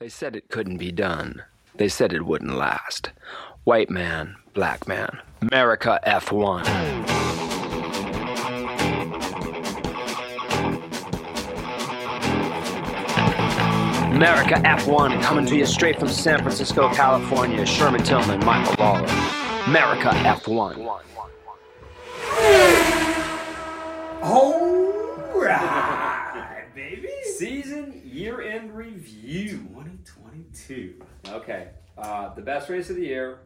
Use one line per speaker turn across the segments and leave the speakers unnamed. They said it couldn't be done. They said it wouldn't last. White man, black man, America F1. America F1 coming to you straight from San Francisco, California. Sherman Tillman, Michael Lawler. America F1.
Alright, baby.
Season year end review.
2022.
Okay. Uh, the best race of the year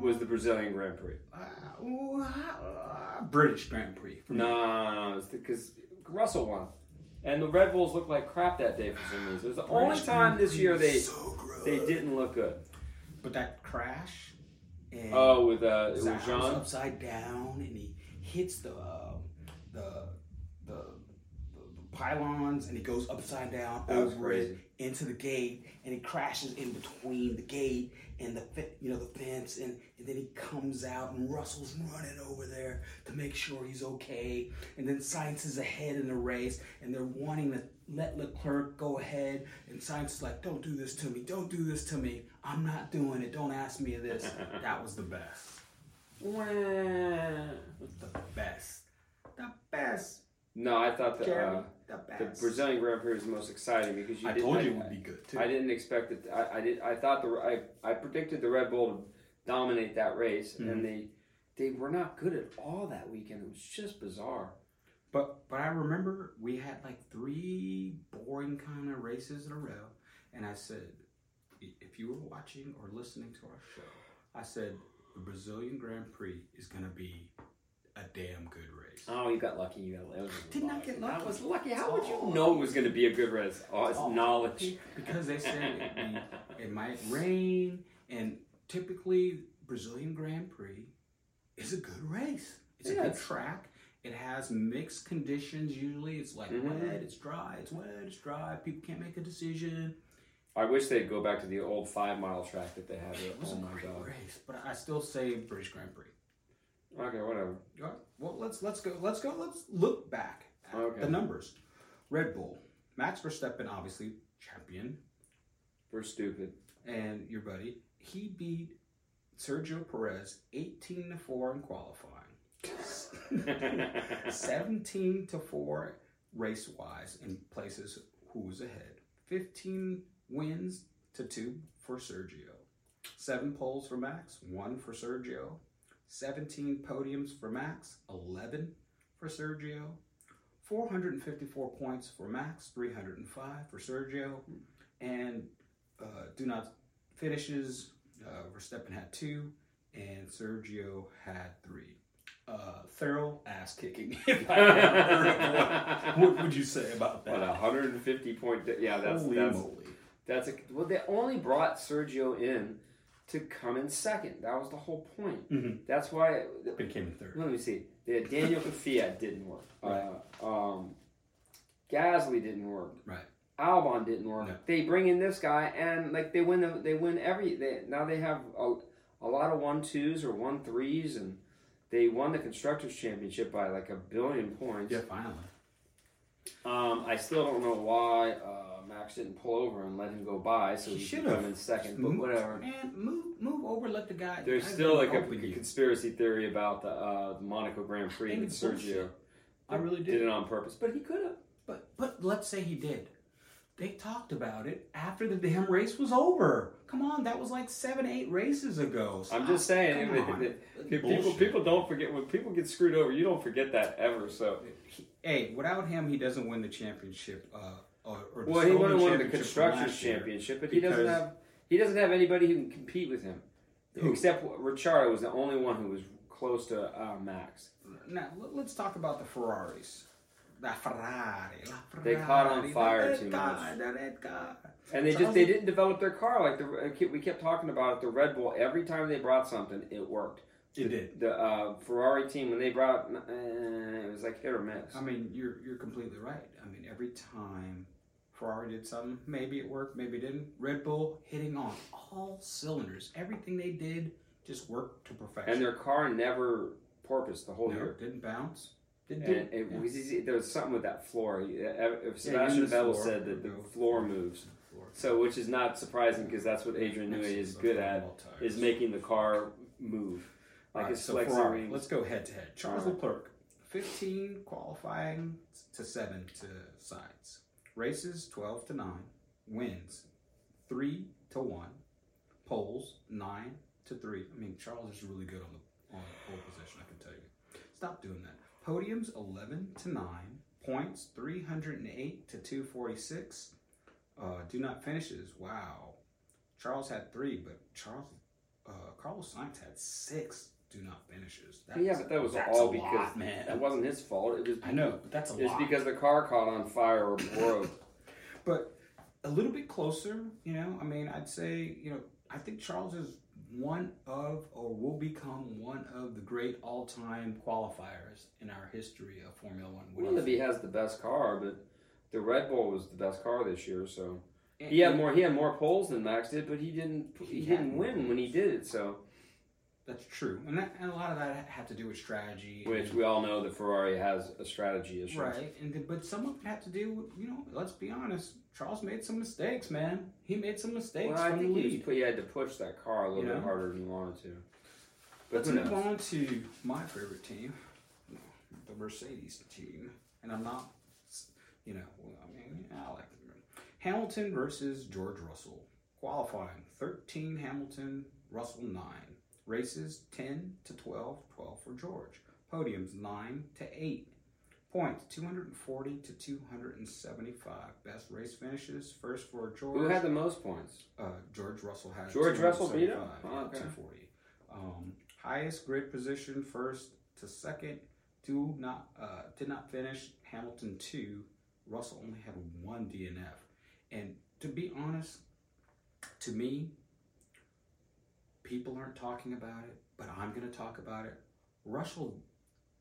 was the Brazilian Grand Prix.
Uh, ooh, uh, British Grand Prix.
No, no, no, because Russell won. And the Red Bulls looked like crap that day for some reason. It was the only
British
time this year they
So gross.
they didn't look good.
But that crash. And
Oh, with uh, it
his
was
arms
Jean.
upside down, and he hits the uh, the, the the pylons, and he goes upside down
That was
over it
crazy.
into the gate, and he crashes in between the gate and the fe- you know the fence, and, and then he comes out, and Russell's running over there to make sure he's okay, and then Science is ahead in the race, and they're wanting to. Let Leclerc go ahead, and Science is like, "Don't do this to me! Don't do this to me! I'm not doing it! Don't ask me this." that was the best
Eh,
the best. The best.
No, I thought that uh,
Jeremy. The
the
best.
Brazilian Grand Prix was the most exciting because you
I
didn't,
told you it would be good too.
I didn't expect it. I, I did. I thought the I, I predicted the Red Bull to dominate that race,
Mm-hmm.
and they they were not good at all that weekend. It was just bizarre.
But but I remember we had like three boring kind of races in a row, and I said, "I- if you were watching or listening to our show, I said the Brazilian Grand Prix is gonna be a damn good race.
Oh, you got lucky. You got lucky.
did not get lucky.
I was lucky. How would
Oh.
you know it was going to be a good race? Oh, it's
Oh.
knowledge.
because they said it, be- it might rain, and typically Brazilian Grand Prix is a good race. It's a good
Yes.
track. It has mixed conditions. Usually, it's like
Mhm.
wet, it's dry, it's wet, it's dry. People can't make a decision.
I wish they'd go back to the old five mile track that they had. there.
It was
Oh
a
my
great
god.
race, but I still say British Grand Prix.
Okay, whatever.
All right, Well, let's let's go. Let's go. Let's look back at
Okay.
the numbers. Red Bull, Max Verstappen, obviously champion,
We're stupid.
and your buddy, he beat Sergio Perez 18 to 4 in qualifying. 17 to 4 race wise in places who was ahead. 15 wins to 2 for Sergio. 7 poles for Max, 1 for Sergio. 17 podiums for Max, 11 for Sergio. 454 points for Max, 305 for Sergio. And uh, do not finishes. Uh, Verstappen had two, and Sergio had three. Uh, thorough ass kicking. if I ever heard of one. what would you say about that?
What a 150 point. Di- yeah, that's
Holy
that's
moly!
that's a. Well, they only brought Sergio in to come in second. That was the whole point.
Mhm.
That's why.
Became third.
Let me see. The Daniel Kafia didn't work.
Right.
Uh, um, Gasly didn't work.
Right.
Albon didn't work.
No.
They bring in this guy, and like they win, the, they win every. They, now they have a, a lot of one twos or one threes, and they won the constructors championship by like a billion points.
Yeah, finally.
Um, I still don't know why uh, Max didn't pull over and let him go by, so he, should
should've.
come in second. But
Move-
whatever.
Man, move, move over. Let the guy.
There's
the guy
still like a,
open you.
conspiracy theory about the uh, Monaco Grand Prix
think
that
it's bullshit.
Sergio
I really
did
do.
it on purpose, but he could have.
But but let's say he did. They talked about it after the damn race was over. Come on, that was like seven, eight races ago.
I'm just
Stop.
saying,
Come
if-
on.
if- if people
Bullshit.
people don't forget when people get screwed over. You don't forget that ever. So
He- hey, without him, he doesn't win the championship. Uh, or, or the
well, he would
stolen
have won the
championship from
constructors
last year.
championship, but he doesn't
because-
have he doesn't have anybody who can compete with him,
Who?
except Ricciardo was the only one who was close to uh, Max.
Now let- let's talk about the Ferraris. La Ferrari, la Ferrari.
They caught on
the
fire
red
too
guy, the red guy.
And they
So
just
I
they
think-
didn't develop their car like the I keep- we kept talking about it. The Red Bull every time they brought something, it worked.
It did.
The uh, Ferrari team when they brought uh, it was like hit or miss.
I mean, you're you're completely right. I mean, every time Ferrari did something, maybe it worked, maybe it didn't. Red Bull hitting on all cylinders. Everything they did just worked to perfection.
And their car never porpoised the whole
No,
year.
didn't bounce.
And
Didn't do
it was easy. There was something with that floor. e, If
Yeah, you
Sebastian
missed
Vettel
floor.
said that the
Go.
floor moves,
floor.
So, which is not surprising because that's what Adrian Newey is good at is making the car move.
All
Like
right,
it's
so
like Uh-huh.
Ferrari.
Serene-
Let's go head to head. Charles
All right.
Leclerc, fifteen qualifying to seven to sides. Races twelve to nine. Wins three to one. Poles nine to three. I mean, Charles is really good on the on the pole position. I can tell you. Stop doing that. Podiums eleven to nine. Points three hundred and eight to two forty six. Uh, do not finishes. Wow. Charles had three, but Charles uh, Carlos Sainz had six do not finishes. That's,
yeah, but that was
that's
all
a
because
lot, man.
that wasn't his fault. It was
I know, but that's a
it's
lot.
because the car caught on fire or broke.
but a little bit closer, you know. I mean, I'd say, you know, I think Charles is one of, or will become one of the great all-time qualifiers in our history of Formula One.
Well, if he has the best car, but the Red Bull was the best car this year, so
And-
he had
and-
more. He had more poles than Max did, but he didn't. He,
He had
didn't
more
win when he
poles.
did it. So,
That's true, and, that, and a lot of that had to do with strategy.
which
and-
we all know that Ferrari has a strategy issue.
Right, and then- but some of it had to do with you know. Let's be honest, Charles made some mistakes, man. He made some mistakes
Well, I
from the
think he,
lead.
was, put- he had to push that car a little
You know?
bit harder than he wanted to. But
Let's
who
move
knows?
on to my favorite team, the Mercedes team, and I'm not, you know, well, I mean, I like them. Hamilton versus George Russell, qualifying 13 Hamilton, Russell 9, races 10 to 12, 12 for George, podiums 9 to 8, points 240 to 275, best race finishes first for George.
Who had the most points?
Uh, George Russell had
George Russell beat him?
275,
Oh, okay.
yeah, 240. Um, highest grid position first to second. Do not uh, did not finish Hamilton two. Russell only had one DNF, and to be honest, to me, people aren't talking about it, but I'm going to talk about it. Russell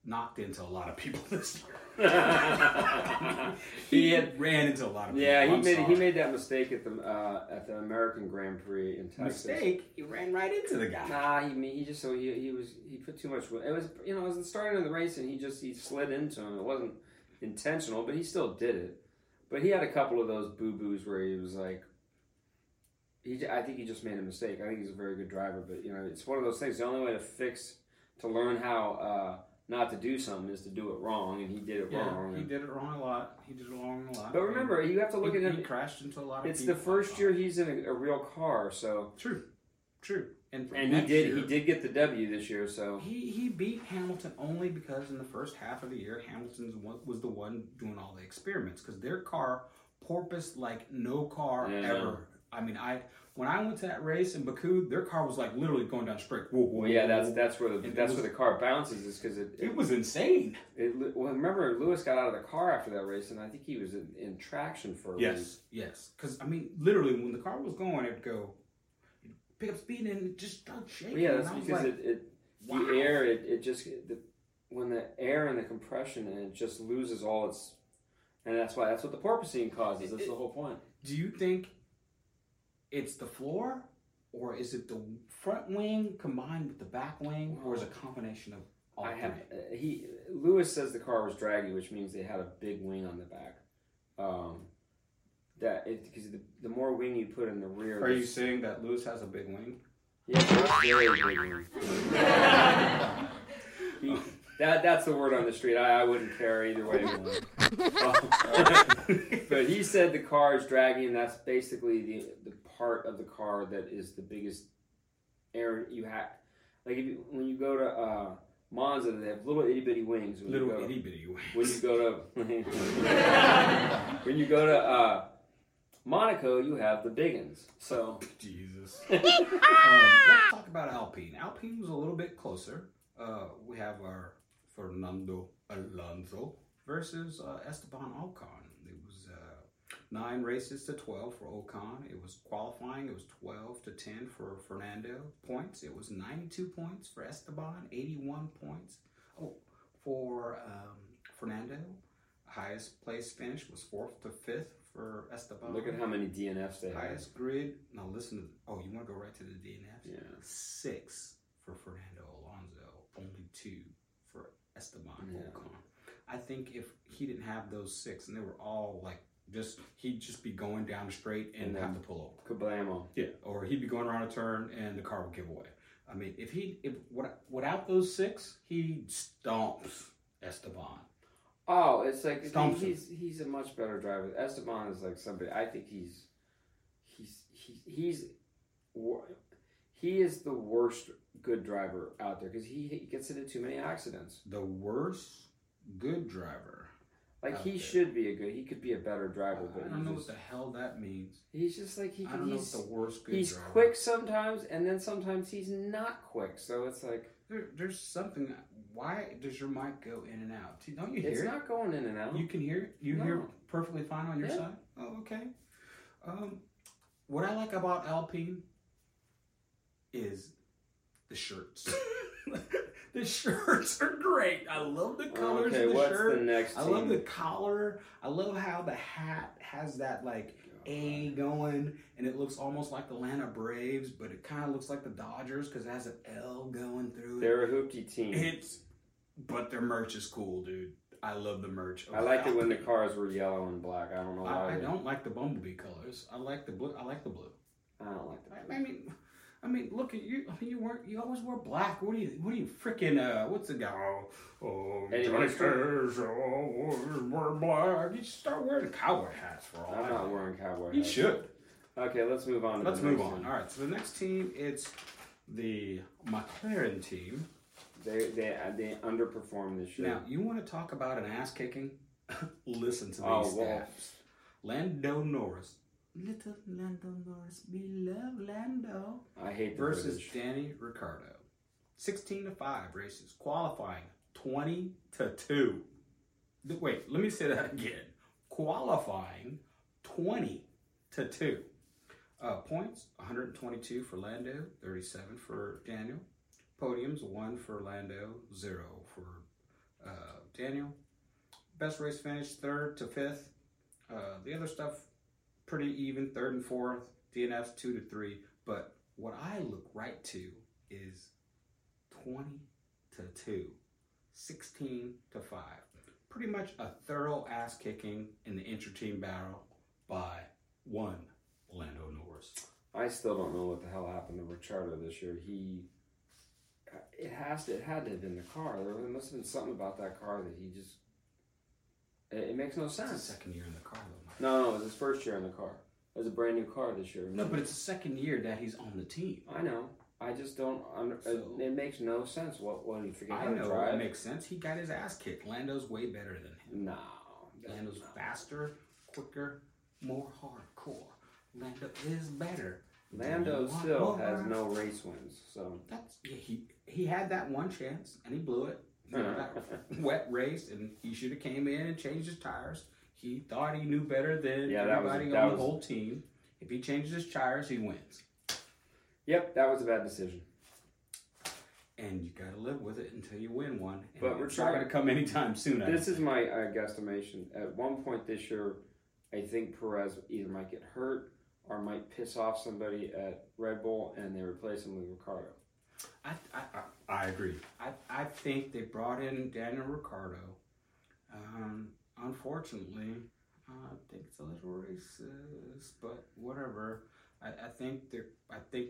knocked into a lot of people this year.
He had-
ran into a lot of people.
Yeah, he
I'm
made
sorry
he made that mistake at the uh, at the American Grand Prix in Texas.
mistake, he ran right into the guy.
Nah, he he just so he, he was he put too much. weight. It was you know it was the starting of the race and he just he slid into him. It wasn't intentional, but he still did it. But he had a couple of those boo boos where he was like, he j- I think he just made a mistake. I think he's a very good driver, but you know it's one of those things. The only way to fix to learn how uh, not to do something is to do it wrong, and he did it
Yeah,
wrong.
he did it wrong a lot. He did it wrong a lot.
But remember, you have to
he,
look at
he
him.
crashed into a lot of
It's
people.
the first year he's in a, a real car, so
True, true. And,
and he did he did get the W this year, so
He he beat Hamilton only because in the first half of the year, Hamilton's one, was the one doing all the experiments because their car porpoised like no car
Yeah.
ever. I mean, I when I went to that race in Baku, their car was like literally going down straight. Whoa, whoa,
Well, yeah,
whoa,
that's
whoa.
that's where the
And it
that's
was-
where the car bounces is because it,
it
it,
was insane.
it- Well, remember Lewis got out of the car after that race, and I think he was in, in traction for a week.
Yes, yes. Because I mean, literally, when the car was going, it'd go pick up speed and it just start shaking.
But yeah, that's
and I was
because
like,
it, it
wow.
the air it, it just the, when the air and the compression and it just loses all its and that's why that's what the porpoising causes. That's the whole point.
Do you think it's the floor, or is it the front wing combined with the back wing, or is it a combination of all
I have
three?
uh, he Lewis says the car was draggy, which means they had a big wing on the back. Um, that because the, the more wing you put in the rear,
Are
the
you saying that Lewis has a big wing?
Yeah, that's very big one. He- mm. that, that's the word on the street. I, I wouldn't care either way. Um, but he said the car is dragging, and that's basically the, the part of the car that is the biggest air you have. Like if you, when you go to uh, Monza, they have little itty bitty wings. When you
Little
go,
itty bitty wing.
when you go to when you go to uh, Monaco, you have the big ones. So
Jesus. um, let's talk about Alpine. Alpine was a little bit closer. Uh, we have our Fernando Alonso versus uh, Esteban Ocon. It was uh, nine races to 12 for Ocon. It was qualifying, it was 12 to 10 for Fernando. Points, it was 92 points for Esteban, 81 points oh, for um, Fernando. Highest place finish was fourth to fifth for Esteban.
look at how many DNFs they have.
Highest grid. Now listen to. Oh, you want to go right to the DNFs?
Yeah.
Six for Fernando Alonso. Only two for Esteban
Yeah.
Ocon. I think if he didn't have those six, and they were all like Just he'd just be going down the straight and
Mhm.
have to pull over.
Kablamo.
Yeah, or he'd be going around a turn and the car would give away. I mean, if he if what- without those six, he stomps Esteban.
Oh, it's like
Stomps
he- he's he's a much better driver. Esteban is like somebody. I think he's he's he's he's wor- he is the worst good driver out there because he, he gets into too many accidents.
The worst good driver.
Like
Out
he
there.
should be a good. He could be a better
I
driver, but
don't know what
he just,
the hell that means.
he's just like he
I don't
can,
know what
he's
the worst good
he's
driver.
quick sometimes, and then sometimes he's not quick. So it's like
There, there's something. Why does your mic go in and out? See, Don't you hear
it's
it?
not going in and out.
You can hear it? You hear
No.
perfectly fine on your
Yeah.
side? Oh, okay. Um, what I like about Alpine is the shirts. the shirts are great. I love the colors
okay,
of the
what's
shirt.
the next?
I love
team?
the collar. I love how the hat has that like A going, and it looks almost like the Atlanta Braves, but it kind of looks like the Dodgers because it has an L going through it.
They're a hoopty team.
It's, but their merch is cool, dude. I love the merch.
I liked it when the cars were yellow and black. I don't know why.
I, I don't like the bumblebee colors. I like the blue. I like the blue.
I don't like that.
I, I mean, I mean, look at you. I mean, you weren't. You always wore black. What do you? What do you freaking? Uh, what's the guy? Oh, oh
Eddie
Johnny
Meister.
Cash, oh, always wear black. You should start wearing cowboy hats for all.
I'm
I
not
know.
wearing cowboy.
You
hats.
should.
Okay, let's move on. To
Let's
the
move
next
on.
one.
All right. So the next team, it's the McLaren team.
They they uh, they underperformed this year.
Now, you want to talk about an ass kicking? Listen to
Oh,
these
well.
stats. Lando Norris. Little Lando Norris, we love Lando.
I hate the
Versus
British.
Danny Ricardo. 16 to 5 races. Qualifying 20 to 2. Th- Wait, let me say that again. Qualifying 20 to 2. Uh, points 122 for Lando, 37 for Daniel. Podiums 1 for Lando, 0 for uh, Daniel. Best race finish third to fifth. Uh, the other stuff pretty even third and fourth. DNFs two to three. But what I look right to is 20 to 2, 16 to 5. Pretty much a thorough ass kicking in the inter-team battle by one Lando Norris.
I still don't know what the hell happened to Ricciardo this year. He uh, it has to it had to have been the car. There must have been something about that car that he just it, it makes no
That's his
sense.
second year in the car, though. Mike.
No, no, it was his first year in the car. It was a brand new car this year.
No, but it's the second year that he's on the team.
I know. I just don't. Under, it-
So-
it, makes no sense. What? What? He forget
I
how to
know
drive?
it makes sense. He got his ass kicked. Lando's way better than him.
no.
Lando's faster, quicker, more hardcore. Lando is better.
Lando
Do you want
still
more?
has no race wins. So
That's yeah, he he had that one chance and he blew it. You know,
Uh-huh.
that wet race and he should have came in and changed his tires. He thought he knew better than
Yeah, that was-
everybody
that
on the
was-
whole team. If he changes his tires, he wins.
yep, that was a bad decision.
And you gotta live with it until you win one. And
But
it's not
Richard-
gonna come anytime soon. I
This
don't
is my uh, guesstimation. At one point this year, I think Perez either might get hurt or might piss off somebody at Red Bull, and they replace him with Ricardo.
I, I, I, I agree. I, I think they brought in Daniel Ricciardo. Um, unfortunately, I think it's a little racist, but whatever. I, I think they're. I think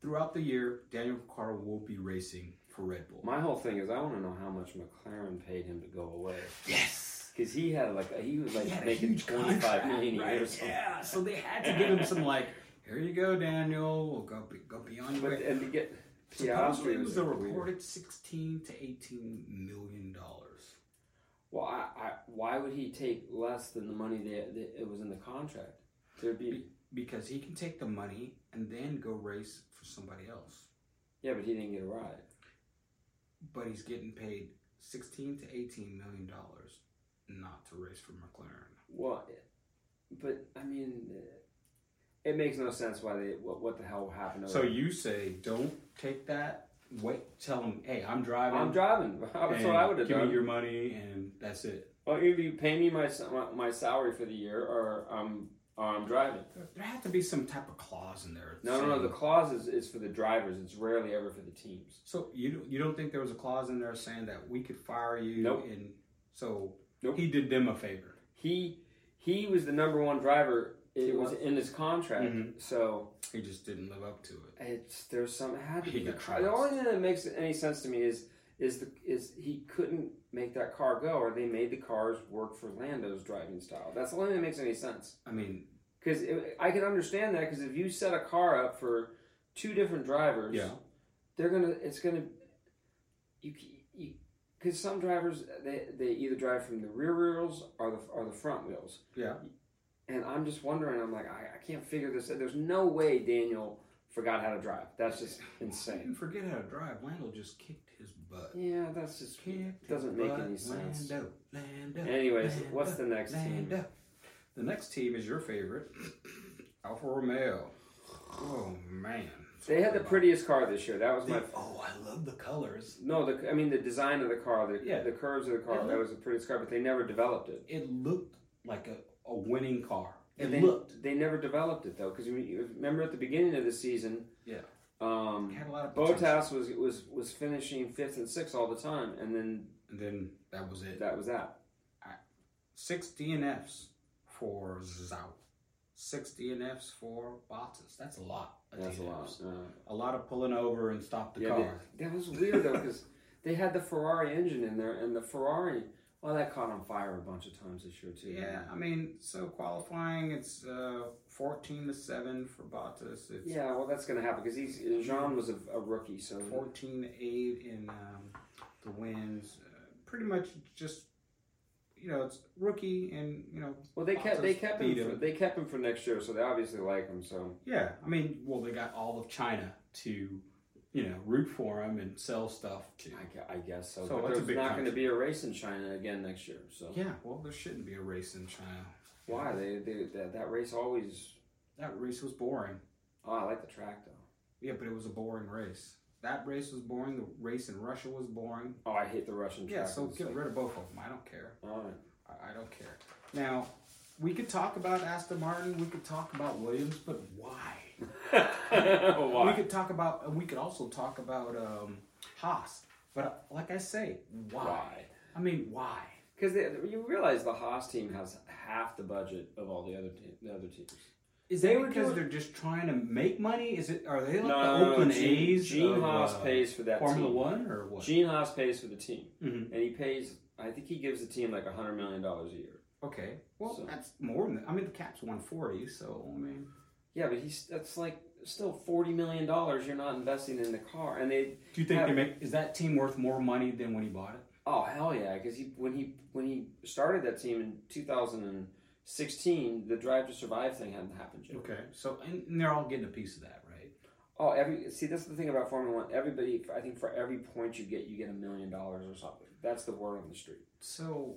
throughout the year, Daniel Ricciardo will be racing for Red Bull.
My whole thing is I want to know how much McLaren paid him to go away
yes.
because he had like a, he was
He
like
had a
making
huge
twenty five
contract,
million a year or
right?
something.
Yeah, so they had to give him some like, here you go, Daniel. We'll go be, go beyond your
But
way.
and to get
Supposedly
Piastri
it was
was
a
weird.
reported sixteen to eighteen million dollars.
Well, I, I, why would he take less than the money that, that it was in the contract? There'd be
because he can take the money and then go race for somebody else.
yeah, but he didn't get a ride.
But he's getting paid sixteen to eighteen million dollars not to race for McLaren.
Well, but I mean, uh, it makes no sense why they what, what the hell happened. to
So
them.
you say don't take that. Wait, tell him, hey, I'm driving.
I'm driving. That's what I would have
Give
done.
me your money, and that's it.
well, either you pay me my, sa- my my salary for the year, or I'm or I'm driving.
There, there had to be some type of clause in there.
No, no, no.
saying-
The clause is, is for the drivers. It's rarely ever for the teams.
So you don't- you don't think there was a clause in there saying that we could fire you?
Nope.
And so
Nope.
he did them a favor.
He he was the number one driver.
He
It was
was.
in his contract,
Mhm.
so
He just didn't live up to it.
it's there's some it had to
He
be the
got
car. The
trounced.
only thing that makes any sense to me is is the is he couldn't make that car go, or they made the cars work for Lando's driving style. That's the only thing that makes any sense.
I mean,
Because I can understand that. Because if you set a car up for two different drivers,
yeah,
they're gonna. It's gonna. You you because some drivers they, they either drive from the rear wheels or the or the front wheels.
yeah.
And I'm just wondering. I'm like, I, I can't figure this. out. There's no way Daniel forgot how to drive. That's just
You
insane.
forget how to drive. Lando just kicked his butt.
Yeah, that's just
Kicked
doesn't
his
make
butt.
any sense.
Lando, Lando.
Anyways,
Lando,
what's the next team?
Lando. The next team is your favorite, Alfa Romeo. Oh man,
They had the prettiest car this year. That was my
They- oh, I love the colors.
No, the I mean the design of the car, the
Yeah.
the curves of the car.
Yeah.
That was the prettiest car, but they never developed it.
It looked like a, a winning car. It
And they,
looked.
They never developed it though, because remember at the beginning of the season,
Yeah, it
um,
had a lot of potential.
Botas was was was finishing fifth and sixth all the time, and then
And then that was it.
that was that.
Six DNFs for Zhao. Six DNFs for Bottas. That's a lot. of
That's a lot.
DNFs.
Uh,
A lot of pulling over and stop the
yeah,
car.
they- that was weird though, because they had the Ferrari engine in there, and the Ferrari. Well, that caught on fire a bunch of times this year too.
Yeah, I mean, so qualifying, it's uh, 14 to 7 for Bottas. It's
Yeah, well, that's gonna happen because he's Jean was a, a rookie, so
14 to 8 in um, the wins. Uh, pretty much just, you know, it's rookie and, you know,
Well, they kept they
Bottas
kept
beat
him, for,
him.
they kept him for next year, so they obviously like him. So
yeah. I mean, well, they got all of China to, you know, root for him and sell stuff to.
I, gu- I guess so.
So
but
that's a
there's
big
not going to
country.
be a race in China again next year. So
Yeah, well, there shouldn't be a race in China.
why they, they that, that race always?
That race was boring.
Oh, I like the track though.
Yeah, but it was a boring race. That race was boring. The race in Russia was boring.
Oh, I hate the Russian track.
Yeah, so
It's
get
like-
rid of both of them. I don't care.
all right.
I, I don't care. Now, we could talk about Aston Martin. We could talk about Williams, but why?
Why?
We could talk about, and we could also talk about um, Haas. But uh, like I say, why?
Why?
I mean, why?
Because you realize the Haas team has half the budget of all the other te- the other teams.
Is
They
that
were
because
doing-
they're just trying to make money? Is it? Are they like
No,
the
no,
Oakland
Gene-
A's?
Gene
of,
Haas
uh,
pays for that
Formula
team.
One or what?
Gene Haas pays for the team,
Mhm.
and he pays. I think he gives the team like a hundred million dollars a year.
Okay, well
So-
that's more than. I mean, the cap's one forty, so I mean,
Yeah, but he's that's like still forty million dollars. You're not investing in the car, and they
do you think
Yeah.
they make? Is that team worth more money than when he bought it?
Oh hell yeah! Because he when he when he started that team in 2016, the Drive to Survive thing hadn't happened yet.
Okay, so and, and they're all getting a piece of that, right?
Oh, every see that's the thing about Formula One. Everybody, I think for every point you get, you get a million dollars or something. That's the word on the street.
So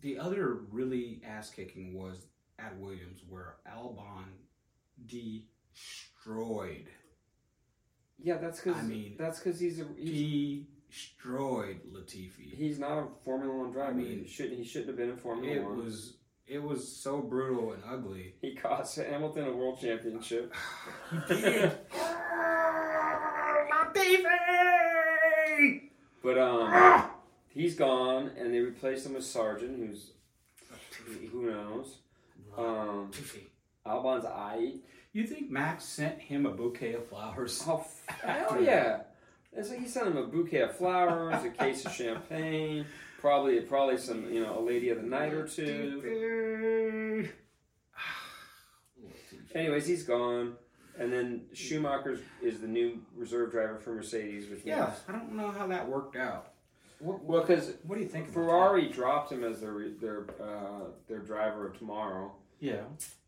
the other really ass kicking was at Williams, where Albon destroyed,
Yeah, that's because
I mean,
that's because he's a he's,
destroyed Latifi.
he's not a Formula One driver.
I mean,
he shouldn't he shouldn't have been in Formula
it
One.
was it was so brutal and ugly.
He cost Hamilton a world championship.
Latifi.
But um, he's gone, and they replaced him with Sargent, who's who knows. Um,
Latifi.
Albon's eye.
You think Max sent him a bouquet of flowers?
Oh, f- hell yeah. And so he sent him a bouquet of flowers, a case of champagne, probably probably some, you know, a lady of the night or two.
Latifi.
Anyways, he's gone. And then Schumacher is the new reserve driver for Mercedes, which means
Yeah, I don't know how that worked out. What,
well, because
what do you think? about
Ferrari dropped him as their re- their uh, their driver of tomorrow,
that? Yeah,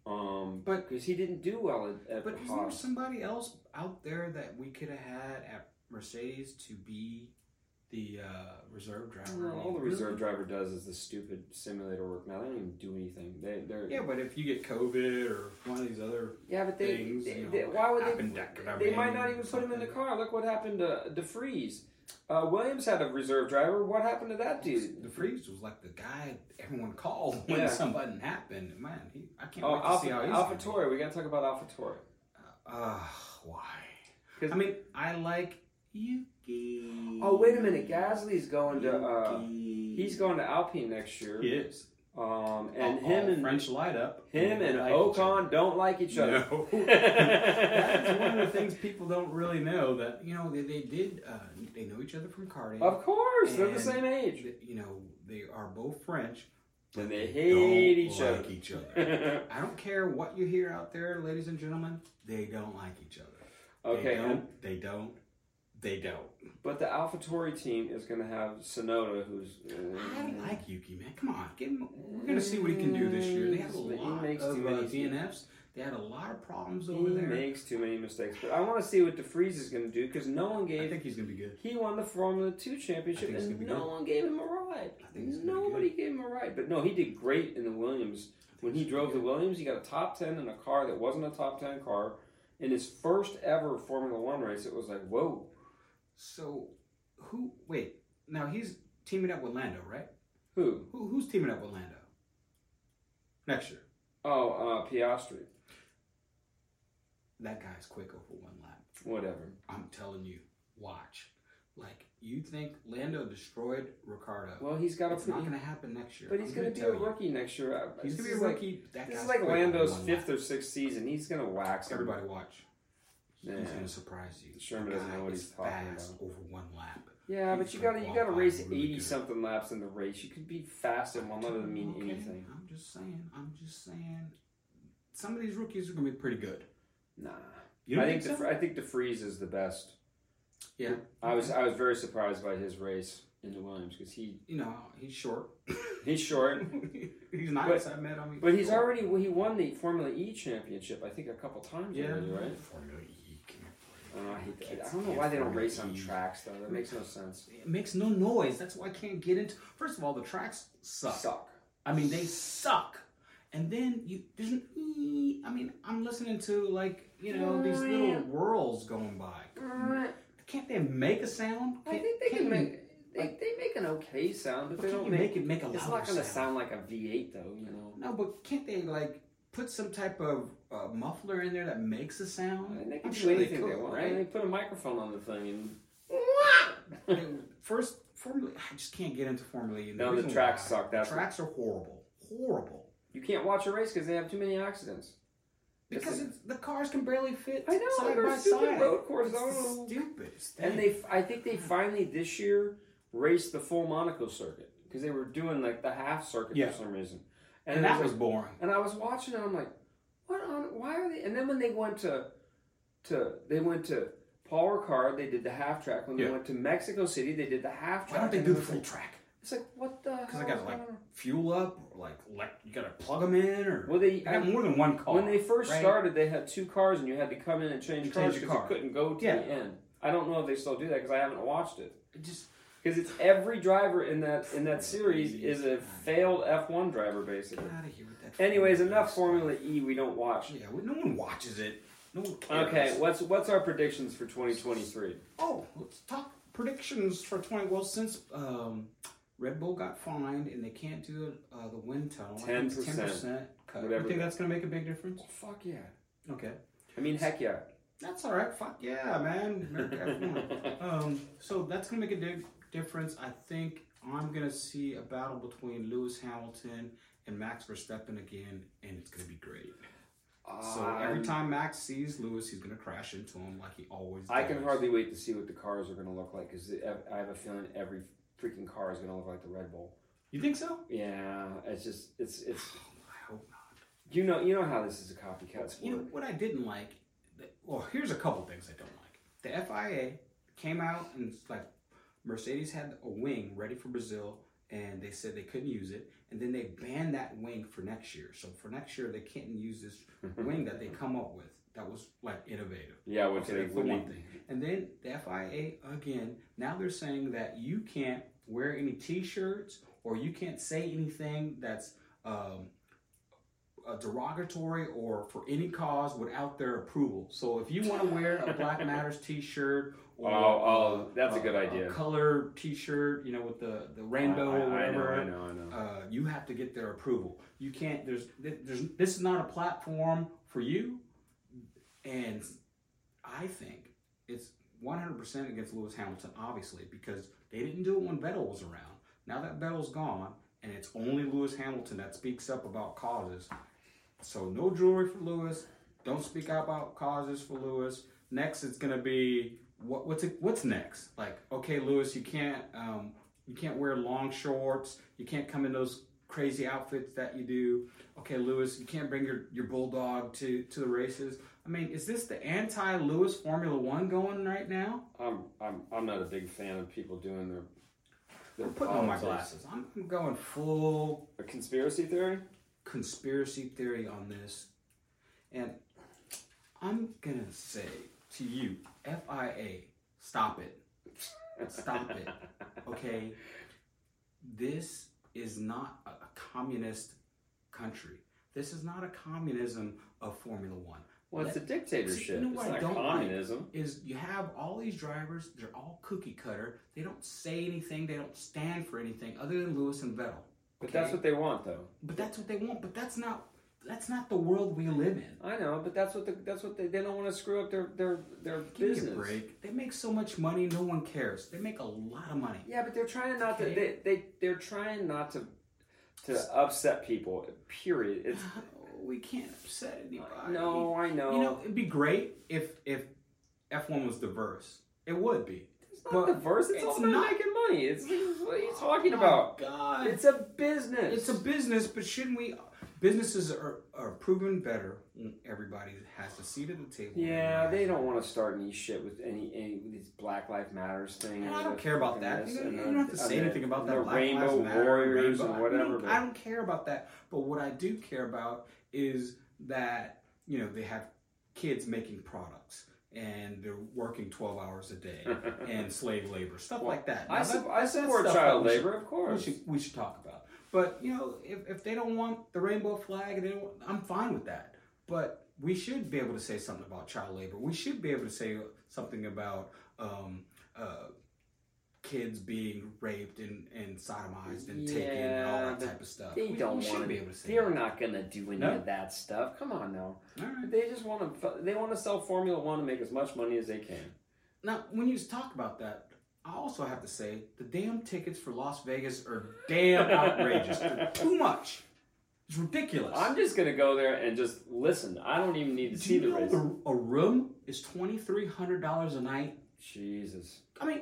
um,
But-
because he didn't do well at, at
but is there
Haas.
somebody else out there that we could have had at Mercedes to be the uh, reserve driver?
No, all the
Really?
reserve driver does is the stupid simulator work. Now they don't even do anything. They they're
Yeah, but if you get COVID or one of these other,
Yeah, but they,
things,
they-
you know,
they- why would
happened
they?
that could have
They might
been
not even put him in the
something.
car. Look what happened to DeFries. Uh, Williams had a reserve driver. What happened to that dude?
the freeze was like the guy everyone called when
Yeah.
something happened. Man, he, I can't
Oh,
wait to
Alpha,
see how he's
Alpha
gonna be.
Tori. We got to talk about Alpha Tori.
Uh, why?
'Cause-
I mean, I like Yuki.
Oh, wait a minute. Gasly's going to. Uh,
Yuki.
he's going to Alpine next year.
He is.
Um, and
All-
him
all
and
French light up.
him
They
and
like each
Ocon don't like each
other.
other.
No. That's one of the things people don't really know that you know they, they did uh, they know each other from karting.
Of course, they're the
And
same age.
Th- You know they are both French, but
And they hate
don't
each
like
other.
Each other. I don't care what you hear out there, ladies and gentlemen. They don't like each other.
okay,
They
and-
don't. They don't. They don't.
but the AlphaTauri team is going to have Sonoda, who's. uh,
I like Yuki, man. Come on, give him. We're gonna see what he can do this year. They had a
But Mm. he
lot
makes
of
too
uh,
many-
DNFs. They had a lot of problems
He
over there.
makes too many mistakes, but I want to see what DeFries is going to do because no one
I
gave.
think he's gonna be good.
He won the Formula Two championship,
I think he's
and
gonna be
no
good.
one gave him a ride.
I think he's gonna be
Nobody gave him a ride, but no, he did great in the Williams. When he drove the Williams, he got a top ten in a car that wasn't a top ten car. In his first ever Formula One race, it was like, whoa.
So, who? Wait, now he's teaming up with Lando, right?
Who?
Who, who's teaming up with Lando next year?
Oh, uh, Piastri.
That guy's quick over one lap.
Whatever.
I'm telling you, watch. Like you think Lando destroyed Ricardo?
Well, he's got a.
it's not gonna happen next year.
but he's
I'm
going to be a
tell you.
rookie next year. I-
He's
this
gonna be a
is like-
rookie. that
This is
guy's
like
quick over
Lando's
one lap.
fifth or sixth season. He's gonna wax him.
Everybody watch. He's
Yeah.
gonna surprise you.
Sherman
The
doesn't know
guy
what
is
he's talking
fast
about.
Over one lap.
Yeah, but
He's
you
gonna
gotta you
walk
gotta
by
race
and really
eighty
do it.
something laps in the race. You could be fast in one. That doesn't mean
Okay,
anything.
I'm just saying. I'm just saying. Some of these rookies are gonna be pretty good.
Nah.
You
I
don't
think
think so?
DeFr- I think DeFries is the best.
Yeah.
I was I was very surprised by his race in the Williams because he
You know, he's short.
he's short,
he's nice. I met him.
but he's already he won the Formula E championship I think a couple times
yeah.
already, right?
Formula E, can't
I don't, know, I hate
believe
that.
it.
I don't know why they don't
Formula
race on
E.
tracks though. That makes no sense.
It makes no noise. That's why I can't get into. First of all, the tracks suck.
Suck.
I mean, they suck. And then you there's an ee- I mean, I'm listening to like you know these little whirls going by. Can't they make a sound?
I
Can't-
think they
can't
can
you-
make they, they make an okay sound, but
But
they
can't you
don't make,
make it make a
It's
louder
not going to
sound?
sound like a V8 though, you know.
No, but can't they like put some type of uh, muffler in there that makes a sound?
And they can
I'm
do
sure
anything they,
could,
want. And they put a microphone on the thing
They-
and
First, Formula, I just can't get into Formula E. and
No, the
reason
tracks
why-
suck, that's
the tracks are horrible, horrible.
you can't watch a race because they have too many accidents. It's
Because
a-
it's, the cars can barely fit
I know,
side
they're
by
stupid
side.
road course,
It's
I don't know.
the stupidest
And
thing.
they, I think they finally this year raced the full Monaco circuit because they were doing like the half circuit
Yeah.
for some reason.
and,
it
that
like-
was boring.
And I was watching and I'm like, what on why are they and then when they went to to they went to Paul Ricard, they did the half track. When they
Yeah.
went to Mexico City, they did the half
Why
track.
don't they
And
do
it
the
was
full
like-
track?
It's like what the hell?
Because I gotta
is
like
going on?
fuel up, or like elect, you gotta plug them in, or
Well, they-
I got more than one car.
When they first
right?
started, they had two cars, and you had to come in and change
You change
cars
your
because
car.
you couldn't go to
Yeah.
the end. I don't know if they still do that because I haven't watched it.
It just
Because it's every driver in that in that series is a failed F one driver
get
basically.
out of here with that.
Anyways,
Formula
enough
E.
Formula E. We don't watch.
Yeah, well, no one watches it. No one cares.
Okay, what's what's our predictions for 2023?
Oh, let's talk predictions for 20. Well, since um, Red Bull got fined and they can't do uh, the wind tunnel, I think it's
10%,
10% cut.
whatever.
You think that's going to make a big difference?
Fuck yeah.
Okay.
I mean, heck yeah.
That's all right. Fuck yeah, man. America, come on. um, so that's going to make a big difference. I think I'm going to see a battle between Lewis Hamilton and Max Verstappen again, and it's going to be great. So every
Um,
time Max sees Lewis, he's going to crash into him like he always does.
I can hardly wait to see what the cars are going to look like because I have a feeling every freaking car is going to look like the Red Bull.
You think so?
Yeah, it's just it's it's
I hope not.
you know you know how this is a copycat sport.
You know what I didn't like? That- Well, here's a couple things I don't like. The FIA came out and it's like Mercedes had a wing ready for Brazil, and they said they couldn't use it, and then they banned that wing for next year. So for next year, they can't use this wing that they come up with. That was like innovative.
yeah, which
Okay,
they
that's the one
wouldn't.
thing. And then the FIA again. Now they're saying that you can't wear any T-shirts or you can't say anything that's um, uh, derogatory or for any cause without their approval. So if you want to wear a Black Matters T-shirt or
Oh, oh,
uh,
that's a good
uh,
idea.
color T-shirt, you know, with the the rainbow
I,
or
I- I know,
whatever
I know, I know.
uh, you have to get their approval. You can't. There's. th- There's. This is not a platform for you. And I think it's 100% against Lewis Hamilton, obviously, because they didn't do it when Vettel was around. Now that Vettel's gone, and it's only Lewis Hamilton that speaks up about causes. So no jewelry for Lewis. Don't speak out about causes for Lewis. Next, it's gonna be what, what's it, what's next? Like, okay, Lewis, you can't um, you can't wear long shorts. You can't come in those crazy outfits that you do. Okay, Lewis, you can't bring your, your bulldog to to the races. I mean, is this the anti-Lewis Formula One going right now?
I'm I'm I'm not a big fan of people doing their. their
I'm putting on Oh, my
politics.
glasses. I'm I'm going full
A conspiracy theory?
conspiracy theory on this, and I'm gonna say to you, FIA, stop it, stop it. Okay, this is not a a communist country. This is not a communism of Formula One.
Well, it's a dictatorship.
See, you know what
it's
I
not
don't like?
communism.
is you have all these drivers, they're all cookie cutter. They don't say anything, they don't stand for anything other than Lewis and Vettel.
But
okay?
that's what they want, though.
But that's what they want, but that's not that's not the world we live in.
I know, but that's what the, that's what they, they don't want to screw up their their their
Give me
business.
a break. They make so much money, no one cares. They make a lot of money.
Yeah, but they're trying not to. They,
Okay.
they they're trying not to to upset people. Period. It's
We can't upset anybody.
no, I know.
You know, it'd be great if if F1 was diverse. It would be.
it's not
but
diverse. It's,
it's
all about
not-
making money. It's, it's what are you talking
Oh my
about?
God.
It's a business.
It's a business, but shouldn't we? Businesses are, are proven better when everybody has a seat at the table.
yeah. They don't want to start any shit with any any of these Black Lives Matters thing.
And I
or
don't
the
care about
fucking
that.
this
You don't,
and
you
the-
don't have to
and
say
the-
anything about that.
The
Black
Rainbow
Lives Matter,
Warriors
Rainbow-
and whatever.
I don't,
but-
I don't care about that. But what I do care about is that you know they have kids making products and they're working twelve hours a day and slave labor stuff
Well,
like that.
I,
Now,
su-
that-
I
that's
support
stuff that
child
we should-
labor, of
we
course.
should we should talk about. But you know, if, if they don't want the rainbow flag, they don't, I'm fine with that. But we should be able to say something about child labor. We should be able to say something about um, uh, kids being raped and, and sodomized and taken and all
Yeah,
that
but
type of stuff.
They
we,
don't
we should
want
be able to say.
They're
that.
not going to do any
No?
of that stuff. Come on now.
All right.
They just want to. They want to sell Formula One and make as much money as they can.
Now, when you talk about that, I also have to say the damn tickets for Las Vegas are damn outrageous. They're too much. It's ridiculous.
I'm just going to go there and just listen. I don't even need to
Do
see
you
the
know
race.
the, a room is twenty three hundred dollars a night?
Jesus.
I mean,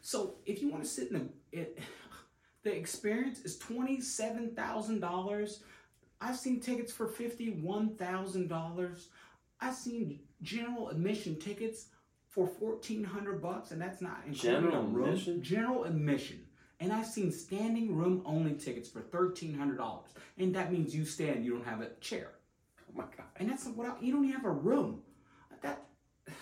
so if you want to sit in the it, the experience is twenty seven thousand dollars. I've seen tickets for fifty one thousand dollars. I've seen general admission tickets for fourteen hundred bucks, and that's not including
General
a room.
admission?
General admission. And I've seen standing room only tickets for thirteen hundred dollars, and that means you stand, you don't have a chair.
Oh my god.
And that's what I, you don't even have a room. That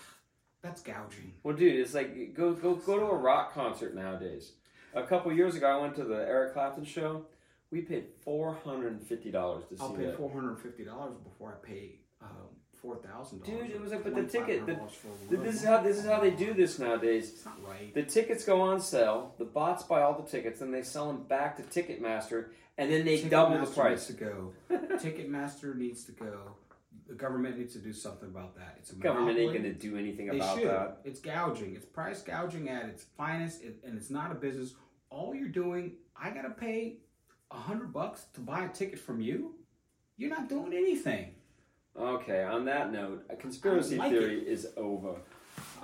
that's gouging.
Well, dude, it's like go go go to a rock concert nowadays. A couple years ago, I went to the Eric Clapton show. We paid four hundred and fifty dollars to see
I'll pay
that.
four hundred and fifty dollars before I pay um, four thousand dollars.
Dude, it was like, but the ticket- the- Th- This is
how
how this is how they do this nowadays.
it's not right.
The tickets go on sale. The bots buy all the tickets, then they sell them back to Ticketmaster, and then they double the
Ticketmaster needs
price.
to go. Ticketmaster needs to go. The government needs to do something about that. It's a
Government ain't
monopoly.
going to do anything
They
about
should.
that.
It's gouging. It's price gouging at its finest, and and it's not a business. All you're doing, I gotta pay a hundred bucks to buy a ticket from you. You're not doing anything.
Okay. On that note, a conspiracy
I like
theory is over.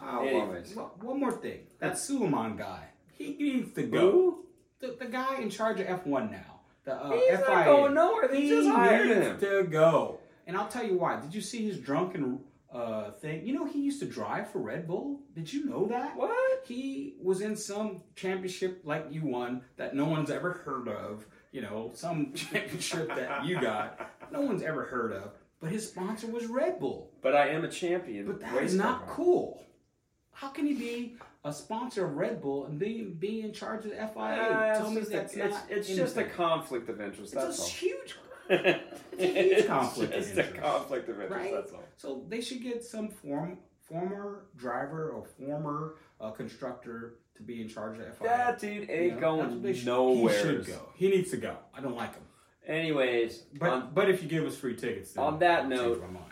Oh,
Anyways.
One, one more thing. That Suleiman guy, he needs to go.
Who?
The, the guy in charge of F1 now. The uh,
He's
FIA.
not going nowhere. They
he
just hired
needs
him.
to go. And I'll tell you why. Did you see his drunken uh, thing? You know, he used to drive for Red Bull. Did you know that?
What?
He was in some championship like you won that no one's ever heard of. You know, some championship that you got, no one's ever heard of. But his sponsor was Red Bull.
But I am a champion.
But that
Race
is not
car.
cool. How can he be a sponsor of Red Bull and be, be in charge of the FIA?
Uh,
Tell
it's
me
just a-
that's
it's,
not.
it's just a
anything.
conflict of interest. That's
It's a
all.
huge.
it's
huge conflict of
just a
interest.
conflict of interest.
Right?
That's all.
So they should get some form former driver or former uh, constructor to be in charge of the FIA.
That dude
You know, that's what
ain't going
they should-
nowhere.
He should go. He needs to go. I don't like him.
Anyways, um,
But
on-
but if you give us free tickets, then
on that
I'll change
note-
my mind.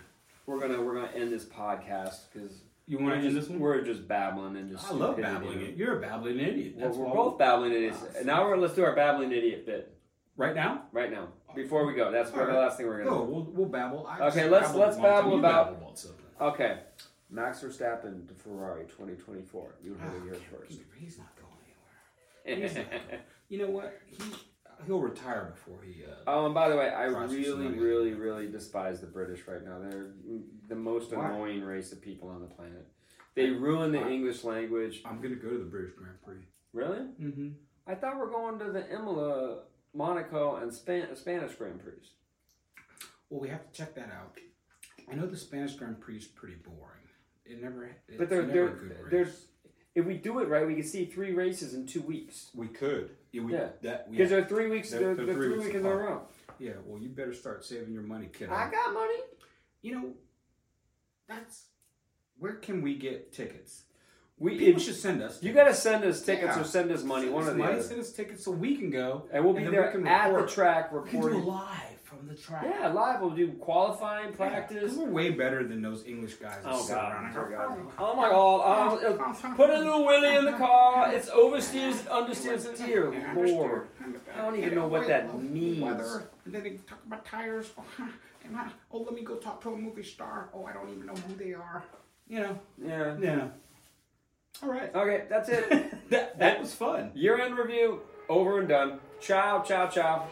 we're gonna we're gonna end this podcast because
you want to end this one?
we're just babbling and just
I love
stupidity.
babbling it. You're a babbling idiot.
Well,
That's
we're
why
both babbling idiots.
Ah,
and now we're let's do our babbling idiot bit.
Right now?
right now. Before we go, that's probably the last thing we're gonna.
No, we'll, we'll babble. I
Okay,
just
let's-
babbled
let's
once, and
babble
you
about- Ah,
babbled once, so-
do. Okay, Max Verstappen to Ferrari 2024. You heard it
Oh,
here
can't-
first.
He's not going anywhere. He's not going. You know what? He he'll retire before he. Uh,
Oh, and by the way, I
Crosses
really,
somebody.
really, really despise the British right now. They're the most
Why?
annoying race of people on the planet. They ruin the
I-
English language.
I'm gonna go to the British Grand Prix.
Really?
Mm-hmm.
I thought we're going to the Imola, Monaco, and Span- Spanish Grand Prix.
Well, we have to check that out. I know the Spanish Grand Prix is pretty boring. It never. It's
But they're,
never
they're,
a good race.
there's if we do it right, we can see three races in two weeks.
We could. Yeah. We,
Yeah.
That, we,
Because they're three weeks.
They're-
They're,
they're
they're
three
three
weeks
weeks in a
apart.
row.
yeah. Well, you better start saving your money, kiddo.
I got money.
you know, that's where can we get tickets?
We
People
it-
should send us.
you
tickets.
got to send us tickets
Yeah.
or send us money.
Send
One
us
of the
money,
other.
Send us tickets so we can go.
And we'll be
then
there
we can
at the
report.
track
We can do it
reporting.
live from the track.
Yeah, live. We'll do qualifying
Yeah,
practice.
'cause we're way better than those English guys. that
Oh
sit around
god.
and
Oh
go,
my god. Oh my god. Oh, put a little Willie in the car. It's oversteers, understeers, and dear lord. I don't even know what that means.
Weather. And then they talk about tires. and I, oh, let me go talk to a movie star. Oh, I don't even know who they are. You know.
Yeah.
Yeah. All right.
Okay, that's it.
That that was fun.
Year end review over and done. Ciao, ciao, ciao.